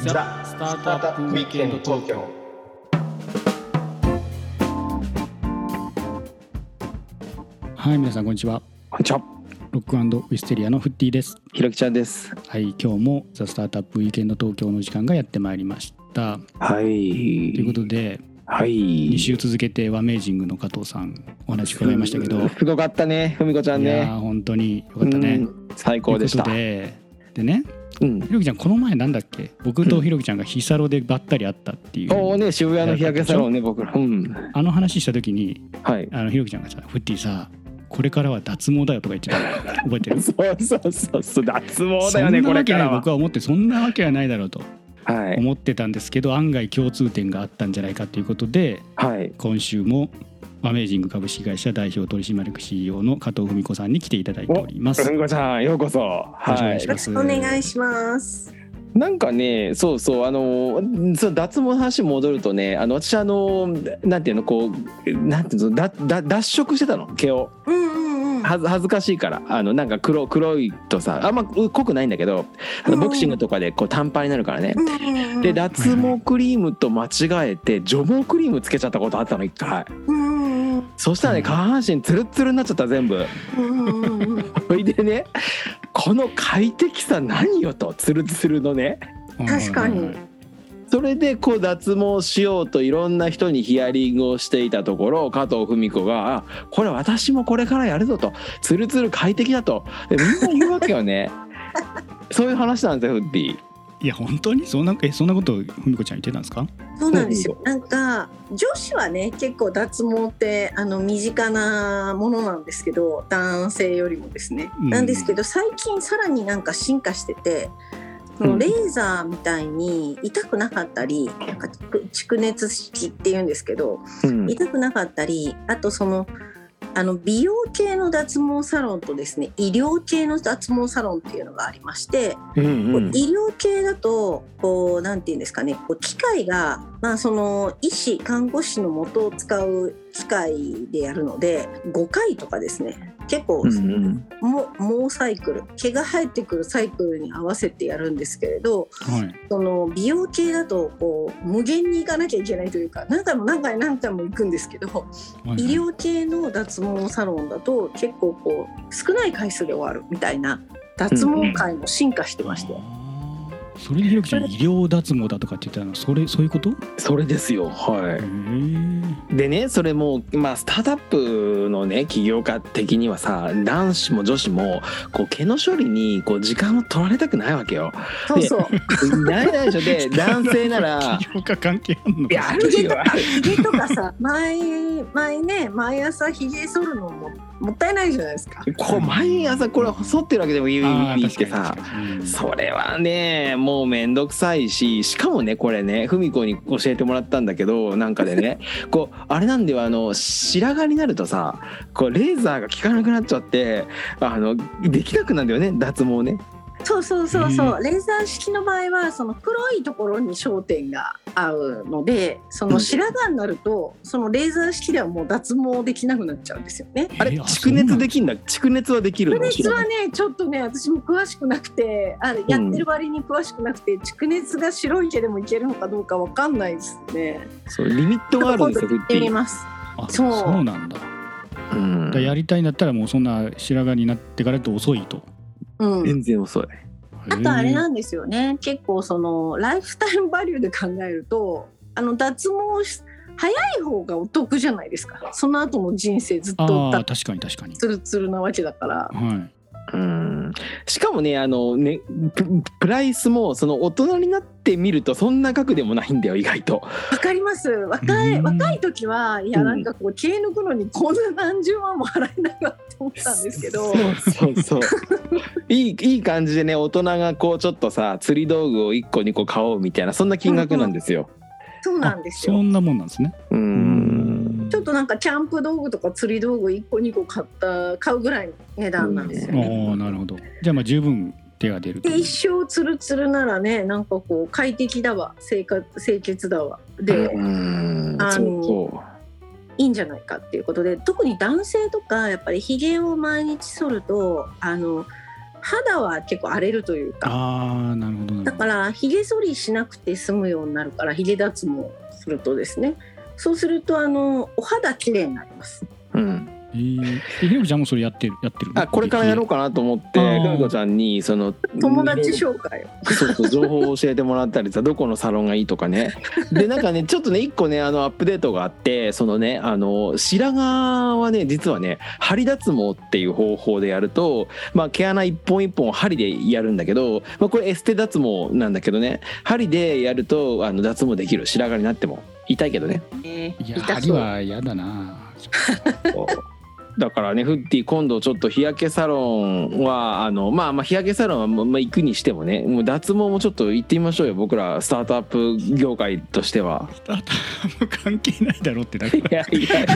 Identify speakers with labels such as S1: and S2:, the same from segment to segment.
S1: ザ・スタートアップウィークエンド東京
S2: はい、皆さんこんにちは。
S3: こんにちは。
S2: ロックウィステリアのフッティです。
S3: ひろきちゃんです。
S2: はい、今日もザスタートアップウィーケンド東京の時間がやってまいりました。
S3: はい。
S2: ということで、
S3: はい。
S2: 2週続けてワメージングの加藤さんお話伺いましたけど、
S3: すごかったね、ふみこちゃん
S2: いや
S3: ね。
S2: ー本当に良かったね。
S3: うん最高でした。
S2: ということで、でね、
S3: うん。
S2: ひろきちゃんこの前なんだっけ？僕とひろきちゃんがヒサロでばったり会ったっていう。
S3: おおね、渋谷の日焼けサロンね、僕ら。うん。
S2: あの話した時に
S3: はい。
S2: あのひろきちゃんがさ、フッティさ、これからは脱毛だよとか言ってたの覚えてる？
S3: そうそうそう そう、脱毛だよね、
S2: そ
S3: こ
S2: んなわ
S3: れ
S2: け
S3: か
S2: ない
S3: らは
S2: 僕。は思ってそんなわけはないだろうと。
S3: はい。
S2: 思ってたんですけど案外共通点があったんじゃないかということで
S3: はい。
S2: 今週もアメージング株式会社代表取締役 CEO の加藤文子さんに来ていただいております。
S3: ふみこちゃん、ようこそ。は
S2: 願い
S3: い
S2: し
S4: よ
S2: ま。
S4: ろしくお願いします。
S3: なんかね、そうそう、あの、そう脱毛の話に戻るとね、あの、私、あの、なんていうの、こう、なんていうの、だ、だ、脱色してたの、毛を。
S4: うんうんうん。
S3: はず恥ずかしいからあのなんか黒黒いとさあんまう濃くないんだけどあの
S4: うん
S3: ボクシングとかでこう短パンになるからね
S4: う、んうんうん
S3: で脱毛クリームと間違えて除毛クリームつけちゃったことあったの一回
S4: うんうんうん
S3: そしたらね
S2: うん
S3: 下半身ツルッツルになっちゃった全部
S4: うんうんうんうん。
S3: それでねこの快適さ何よとツルツルのね
S4: 確かに
S3: それでこう脱毛しようといろんな人にヒアリングをしていたところ加藤文子があ「これ私もこれからやるぞ」と「ツルツル快適だと」でみんな言うわけよね そういう話なんですよフッディ
S2: いや本当にそんなえそんなこと文子ちゃん言ってたんですか？
S4: そうなんですよ。なんか女子はね結構脱毛ってあの身近なものなんですけど、男性よりもですね。
S2: うん
S4: なんですけど最近さらになんか進化してて。そのレーザーみたいに痛くなかったりなんか蓄蓄熱式っていうんですけど
S3: うん
S4: 痛くなかったりあとそのあの美容系の脱毛サロンとですね医療系の脱毛サロンっていうのがありまして、
S3: うん
S4: こ
S3: う
S4: うん医療系だとこうなんていうんですかねこう機械が、まあ、その医師看護師の元を使う機械でやるので5回とかですね結構、
S3: うんうん
S4: も毛サイクル毛が生えてくるサイクルに合わせてやるんですけれど、
S2: はい。
S4: その美容系だとこう無限に行かなきゃいけないというか何回も何回何回も行くんですけど
S2: はい
S4: 医療系の脱毛サロンだと結構こう少ない回数で終わるみたいな脱毛界も進化してまして、
S2: あーそれでひろきちゃん医療脱毛だとかって言ってたのそれそういうこと？へ
S3: それですよは
S2: ー
S3: いでねそれもまあスタートアップのね起業家的にはさ男子も女子もこう毛の処理にこう時間を取られたくないわけよ
S4: そ うそう
S3: ないないでしょ で男性なら
S2: 起業家関係あんの
S3: い
S2: か
S3: や
S2: な
S3: あるよある
S4: ひげとかさ毎毎ね毎朝ひげ剃るのももったいないじゃないですか。
S3: こう毎朝これ剃ってるわけでもいい
S2: あー
S3: っ
S2: 確かに
S3: てさ
S2: 確かにうん
S3: それはねもうめんどくさいししかもねこれね芙美子に教えてもらったんだけどなんか でねこうあれなんだよあの白髪になるとさこうレーザーが効かなくなっちゃってあのできなくなるんだよね脱毛ね。
S4: そうそうそうそう、
S2: う
S4: レーザー式の場合はその黒いところに焦点が合うのでそうの
S3: ん
S4: 白髪になると、そのレーザー式ではもう脱毛できなくなっちゃうんですよね。
S2: えー
S3: あれ
S2: あ
S3: 蓄熱できんだ蓄熱はできるの
S4: 蓄熱はねちょっとね私も詳しくなくてあやってる割に詳しくなくて、蓄熱が白い毛でもいけるのかどうかわかんないですね。
S3: そうリミットがあるんですよ
S4: 今度行ってみ
S3: フッ
S4: ます。
S2: あ
S4: そう
S2: そうなんだ。
S3: ティうん
S2: だからやりたいんだったらもうそんな白髪になってからと遅いと。
S4: うん、
S3: 全然遅い。
S4: あとあれ
S2: へ
S4: なんですよね結構そのライフタイムバリューで考えるとあの脱毛し早い方がお得じゃないですかその後の人生ずっ
S2: ー
S4: と
S2: あ
S4: 脱
S2: あ確かに確かに。
S4: ツルツルなわけだから
S2: は
S3: うんしかもねあのねププライスもその大人になってみるとそんな額でもないんだよ意外と。
S4: わかります若
S2: う
S4: い
S2: ん
S4: 若い時はいや
S3: うん
S4: なんかこう毛抜くのにこんな何十万も払えないわって思ったんですけ
S3: そ
S4: ど
S3: うそうそう いいいい感じでね大人がこうちょっとさ釣り道具を1個2個買おうみたいなそんな金額なんですよ。
S4: そう
S2: い。
S4: なんです
S2: あそ
S4: よ
S2: んなもんなんですね。
S3: う
S2: うん
S4: ちょっとなんかキャンプ道具とか釣り道具1個2個買った買うぐらいの値段なんですよね。
S2: ああなるほど。じゃあまあ十分手が出ると
S4: で
S2: いう。
S4: 一生ツルツルならねなんかこう快適だわ生活清潔だわで、
S3: うん
S4: あの
S3: そうそ
S4: いいんじゃないかっていうことで特に男性とかやっぱりひげを毎日剃るとあの肌は結構荒れるというか
S2: ああなるほどな
S4: だ
S2: るほ
S4: か
S2: ど
S4: らひげ剃りしなくて済むようになるからひげ脱毛するとですねそうするとあのお肌きれいになります
S3: うん、
S2: えー、えひろちゃんもそれやってるやってるの
S3: あこれからやろうかなと思っ
S2: あ
S3: て
S2: ー
S3: ふみこちゃんにその
S4: 友達紹介を
S3: そうそう情報を教えてもらったりさどこのサロンがいいとかねでなんかねちょっとね一個ねあのアップデートがあってそのねあの白髪はね実はね針脱毛っていう方法でやると、まあ、毛穴一本一本針でやるんだけど、まあ、これエステ脱毛なんだけどね針でやるとあの脱毛できる白髪になっても痛いけどね
S4: ね
S2: いや
S4: 痛
S2: 針
S4: そう
S2: は嫌だな
S3: だからねフッティ今度ちょっと日焼けサロンはあのまあまあ日焼けサロンはまあまあ行くにしてもねもう脱毛もちょっと行ってみましょうよ僕らスタートアップ業界としては。
S2: 頭関係ないだろうってだか
S3: いやいや
S4: い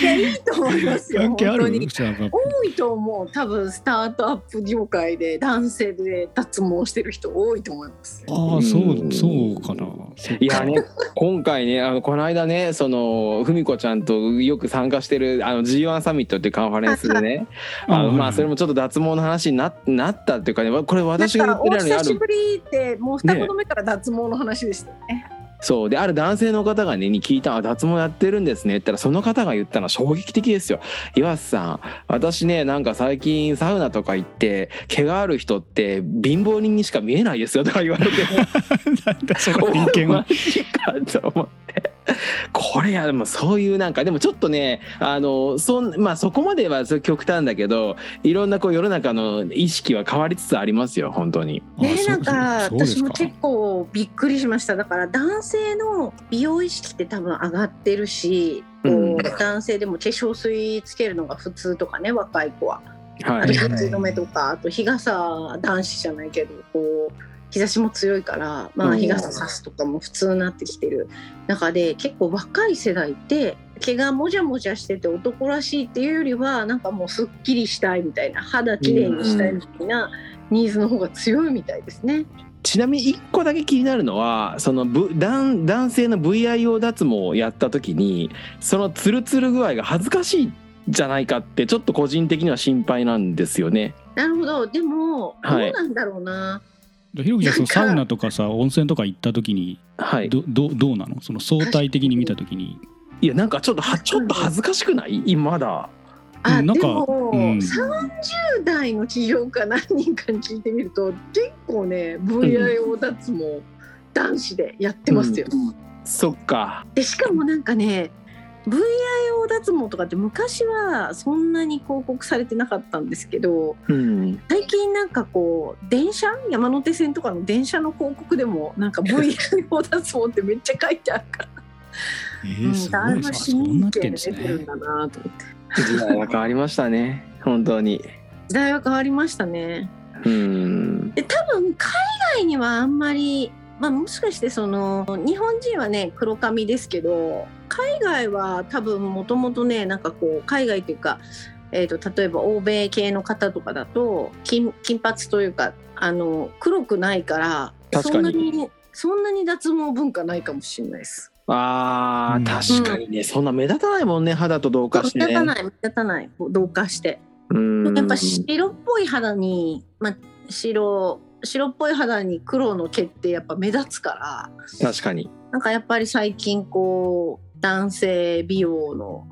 S4: やいいと思いますよ
S2: 関
S4: 本
S2: 係あ
S4: 当
S2: る
S4: に
S2: じゃあ
S4: 多いと思う多分スタートアップ業界で男性で脱毛してる人多いと思います
S2: ああそうそうかな。そっか
S3: いやね、今回ねあのこの間ねそのふみこちゃんとよく参加してるあの G1 サミットっていうカンファレンスでねあのまあそれもちょっと脱毛の話にななったっていうかねわこれ私が
S4: な
S3: 言
S4: ん
S3: って
S4: か
S3: るの
S4: お
S3: にあ
S4: 久し
S3: る
S4: ぶりってもう二言目から脱毛の話でしたよね
S3: そうである男性の方がねに聞いたあ脱毛やってるんですねって言ったらその方が言ったのは衝撃的ですよ岩瀬さん私ねなんか最近サウナとか行って毛がある人って貧乏人にしか見えないですよとか言われて
S2: なんだその偏見
S3: マ
S2: は。
S3: ジかと思ってこれやでもそういうなんかでもちょっとねあのそん、まあ、そこまではそれ極端だけどいろんなこう世の中の意識は変わりつつありますよ本当に。
S4: ね
S2: あそう
S4: なんか
S2: そうです
S4: 私も結構びっくりしましただから男性の美容意識って多分上がってるし、こう
S3: うん
S4: 男性でも化粧水つけるのが普通とかね若い子は
S3: は
S4: あ
S3: い
S4: と日止めとかあと日傘男子じゃないけどこう日差しも強いから、ま
S3: う
S4: あ、
S3: ん
S4: 日傘差すとかも普通になってきてる中で結構若い世代って毛がもじゃもじゃしてて男らしいっていうよりはなんかもうすっきりしたいみたいな肌きれいにしたいみたいなニーズの方が強いみたいですね。
S3: ちなみに1個だけ気になるのはそのぶ男男性の VIO 脱毛をやった時にそのツルツル具合が恥ずかしいんじゃないかってちょっと個人的には心配なんですよね。
S4: なるほどでも、
S3: はい
S4: どうなんだろうな
S2: ひろきちゃんそのサウナとかさ温泉とか行った時に
S3: はい、
S2: どどどうなのその相対的に見た時に
S3: いやなんかちょっとはちょっと恥ずかしくない今まだ。
S4: あ、
S2: うんなんか
S4: でも、
S2: うん
S4: 30代の起業家何人かに聞いてみると結構ね VIO 脱毛男子でやってますよ、
S3: そっか。
S4: でしかもなんかね VIO 脱毛とかって昔はそんなに広告されてなかったんですけど
S3: うん、
S4: 最近なんかこう電車山手線とかの電車の広告でもなんか VIO 脱毛ってめっちゃ書いてあるから、
S2: え
S4: うん
S2: ー、す
S4: だ
S2: ご
S4: い
S2: い
S4: ぶ
S2: さそんな
S4: 神
S2: って
S4: 経
S2: んです
S4: 出てるん
S2: ね
S4: だなと思って
S3: 時代は変わりましたね本当に。
S4: 時代は変わりましたね。
S3: うん
S4: で多分海外にはあんまり、まあ、もしかしてその日本人はね黒髪ですけど海外は多分もともとねなんかこう海外というか、えー、と例えば欧米系の方とかだと金金髪というかあの黒くないから
S3: 確かに
S4: そんなにそんなに脱毛文化ないかもしれないです。
S3: あ
S2: うん
S3: ー確かにね、そんな目立たないもんね肌と同化
S4: 目
S3: して
S4: 立
S3: ね。
S4: たない目立たないこう同化して。
S3: うん
S4: やっぱ白っぽい肌に、まあ、白白っぽい肌に黒の毛ってやっぱ目立つから
S3: 確かに。
S4: なんかやっぱり最近こう男性美容の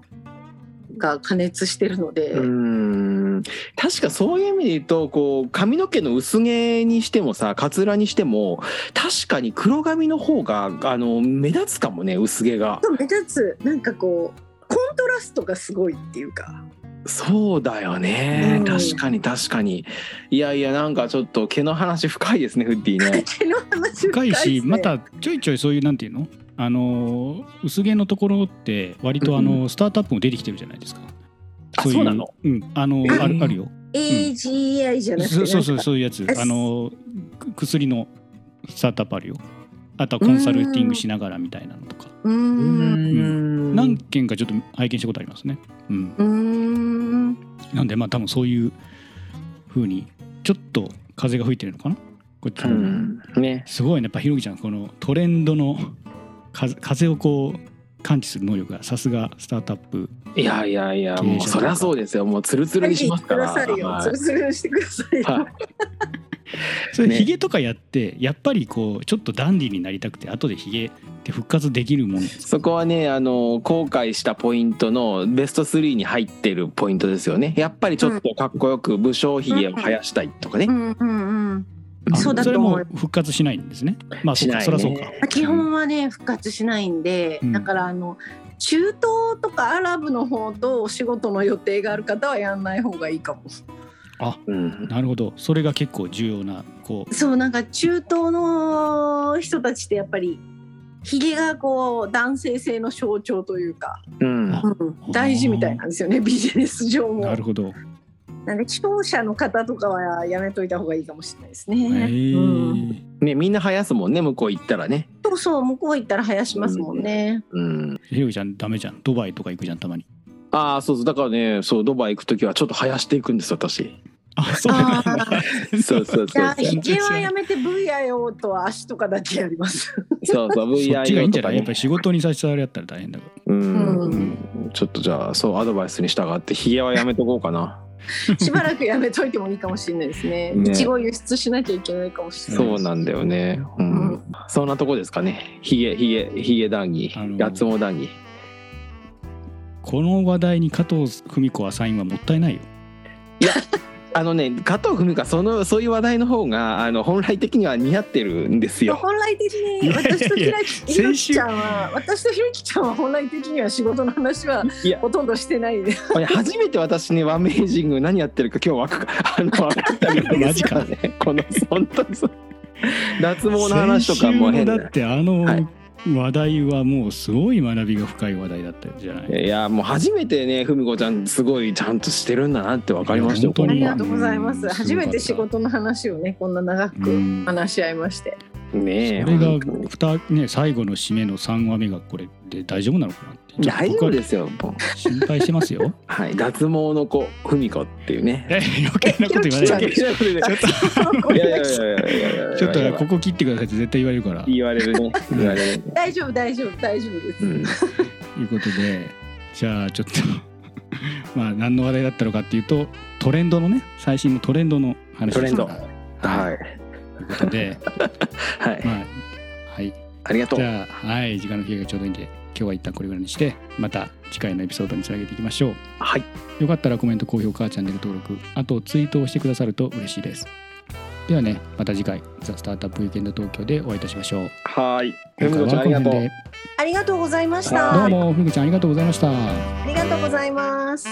S4: が加熱してるので、
S3: うーん確かそういう意味で言うとこう髪の毛の薄毛にしてもさかつらにしても確かに黒髪の方があの目立つかもね薄毛が
S4: 目立つなんかこうコントラストがすごいっていうか
S3: そうだよね、
S4: うん
S3: 確かに確かにいやいやなんかちょっと毛の話深いですねフッディね
S4: 毛の話
S2: 深い
S4: っすね
S2: しまたちょいちょいそういうなんていうのあのー薄毛のところって割とあのースタートアップも出てきてるじゃないですか。
S3: あ
S2: い
S3: そうなの
S2: うんあのーあるあるよ。
S4: AGI じゃなくて
S2: そうそうそう
S4: なんか
S2: そういうやつ
S4: あ
S2: あのく薬のスタートアップあるよあとはコンサルティングしながらみたいなのとか
S4: うー
S3: うんん
S2: 何件かちょっと拝見したことありますね、うん、
S4: うーん
S2: なんでまあ多分そういう風にちょっと風が吹いてるのかなこっち
S3: う
S2: の
S3: んね
S2: すごいねやっぱひろきちゃんこのトレンドの風風をこう感知する能力がさすがスタートアップ
S3: いやいやいや、
S2: 経営者
S3: もうそりゃそうですよ。もうツルツルにしますから。
S4: くださいよ
S3: は。い
S4: ツルツルにしてくださいよ。
S3: は
S2: それ
S3: ね
S2: ヒゲとかやってやっぱりこうちょっとダンディーになりたくて後でヒゲって復活できるもんですか
S3: そこはね、あの、後悔したポイントのベスト3に入ってるポイントですよね。やっぱりちょっとかっこよく武将髭を生やしたいとかね
S4: う。んうんうん。
S3: あ
S4: そうだ
S2: そ
S4: と
S2: れ
S4: 思
S2: も
S4: う
S2: 復活しないんですねまあそ
S3: し
S2: っ
S3: ない
S2: か
S3: ね
S2: そりゃそうか
S4: 基本はね復活しないんで、
S2: うん
S4: だからあの中東とかアラブの方とお仕事の予定がある方はやんない方がいいかも。
S3: うん。
S2: なるほどそれが結構重要なこう
S4: そうなんか中東の人たちってやっぱりひげがこう男性性の象徴というか、
S3: うん。
S4: うん大事みたいなんですよねビジネス上も。
S2: なるほど
S4: なんで視聴者の方とかはやめといた方がいいかもしれないです
S2: へ
S4: ね。
S2: え
S4: うん、
S3: ね、みんな生やすもんね、向こう行ったらね。
S4: そうそう向こう行ったら生やしますもんね。
S3: うん。
S2: ひろゆきちゃんダメじゃんドバイとか行くじゃんたまに
S3: ああ、そうそう。だからね、そう、ドバイ行くときはちょっと生やしていくんです、私。
S2: あそうなんだ
S4: あ
S3: そうそう
S4: じ
S3: そう
S4: ゃあ
S3: そう。
S4: ひげはやめて VIO とは足とかだけやります。
S3: そうそう、
S2: そっちがいい
S3: VIO
S2: んじ
S3: と
S2: ゃな
S3: か
S2: いやっ
S3: ね
S2: ぱ。り仕事に差し障りあったら大変だか
S3: うん。
S4: う
S3: ちょっとじゃあ、そう、アドバイスに従って、ヒゲはやめとこうかな。
S4: しばらくやめといてもいいかもしれないですね。
S3: ね
S4: いちご輸出しなきゃいけないかもしれない。
S3: そうなんだよね。うん。
S4: うん
S3: そんなとこですかね。ヒゲ、ヒゲ、ヒゲ談義
S2: あの、ー
S3: やつも談義。
S2: らこの話題に加藤文子はサインはもったいないよ
S3: あのね、加藤文香、その、そういう話題の方が、あの、本来的には似合ってるんですよ。
S4: 本来的に私とひら
S2: や
S4: ひろきちゃんは私とひろきちゃんは本来的には仕事の話はい
S3: や、
S4: ほとんどしてないで
S3: これ初めて私ね、ワメージング何やってるか今日わか、あの、分かったみたい
S2: マジか
S3: ね。この、本当にそう。脱毛の話とかも
S2: 先
S3: 変
S2: 週の
S3: な
S2: だってあの
S3: はい
S2: 話題はもうすごい学びが深い話題だったじゃない、
S3: いやもう初めてね文子ちゃんすごいちゃんとしてるんだなって分かりましたよ
S2: 本
S4: あ
S2: 当
S4: り
S2: に
S4: がとうございます
S2: うん
S4: 初めて仕事の話をねこんな長
S2: う
S4: く
S2: ん
S4: 話し合いまして
S3: ねえ
S2: それが
S3: 本当に
S2: 二ね最後の締めの3話目がこれで大丈夫なのかなって
S3: 大丈夫ですすよもう
S2: 心配してます よ
S3: はい脱毛の子文子っていうね
S2: え余計なこと言わ
S4: ちょ
S2: な
S4: っ
S2: いで
S4: と
S3: ちょっといやいやいやいやいやいや
S2: ちょっとここ切ってくださいって絶対言われるからとい
S3: 言われるね言われるね
S4: 大丈夫大丈夫大丈夫です、
S3: うん
S2: うことでじゃあちょっと まあ何の話題だったのかっていうとトレンドのね最新のトレンドの話
S3: トレンド
S2: はい
S3: はい
S2: ということ で、
S3: はい
S2: まあ、はい
S3: ありがと
S2: じ
S3: う
S2: ゃあはい時間の経過がちょうどいいんで今日は一旦これぐらいにしてまた次回のエピソードにつなげていきましょう
S3: はい
S2: よかったらコメント、高評価、チャンネル登録、あとツイートをしてくださると嬉しいです。ではね、また次回、ザ・スタートアップ・ウィーケンド東京でお会いいたしましょう。
S3: はい文子ちゃんありがとう
S2: で。
S4: ありがとうございまし
S2: どう
S4: た
S2: も、ふぐちゃんありがとうございました。
S4: ありがとうございます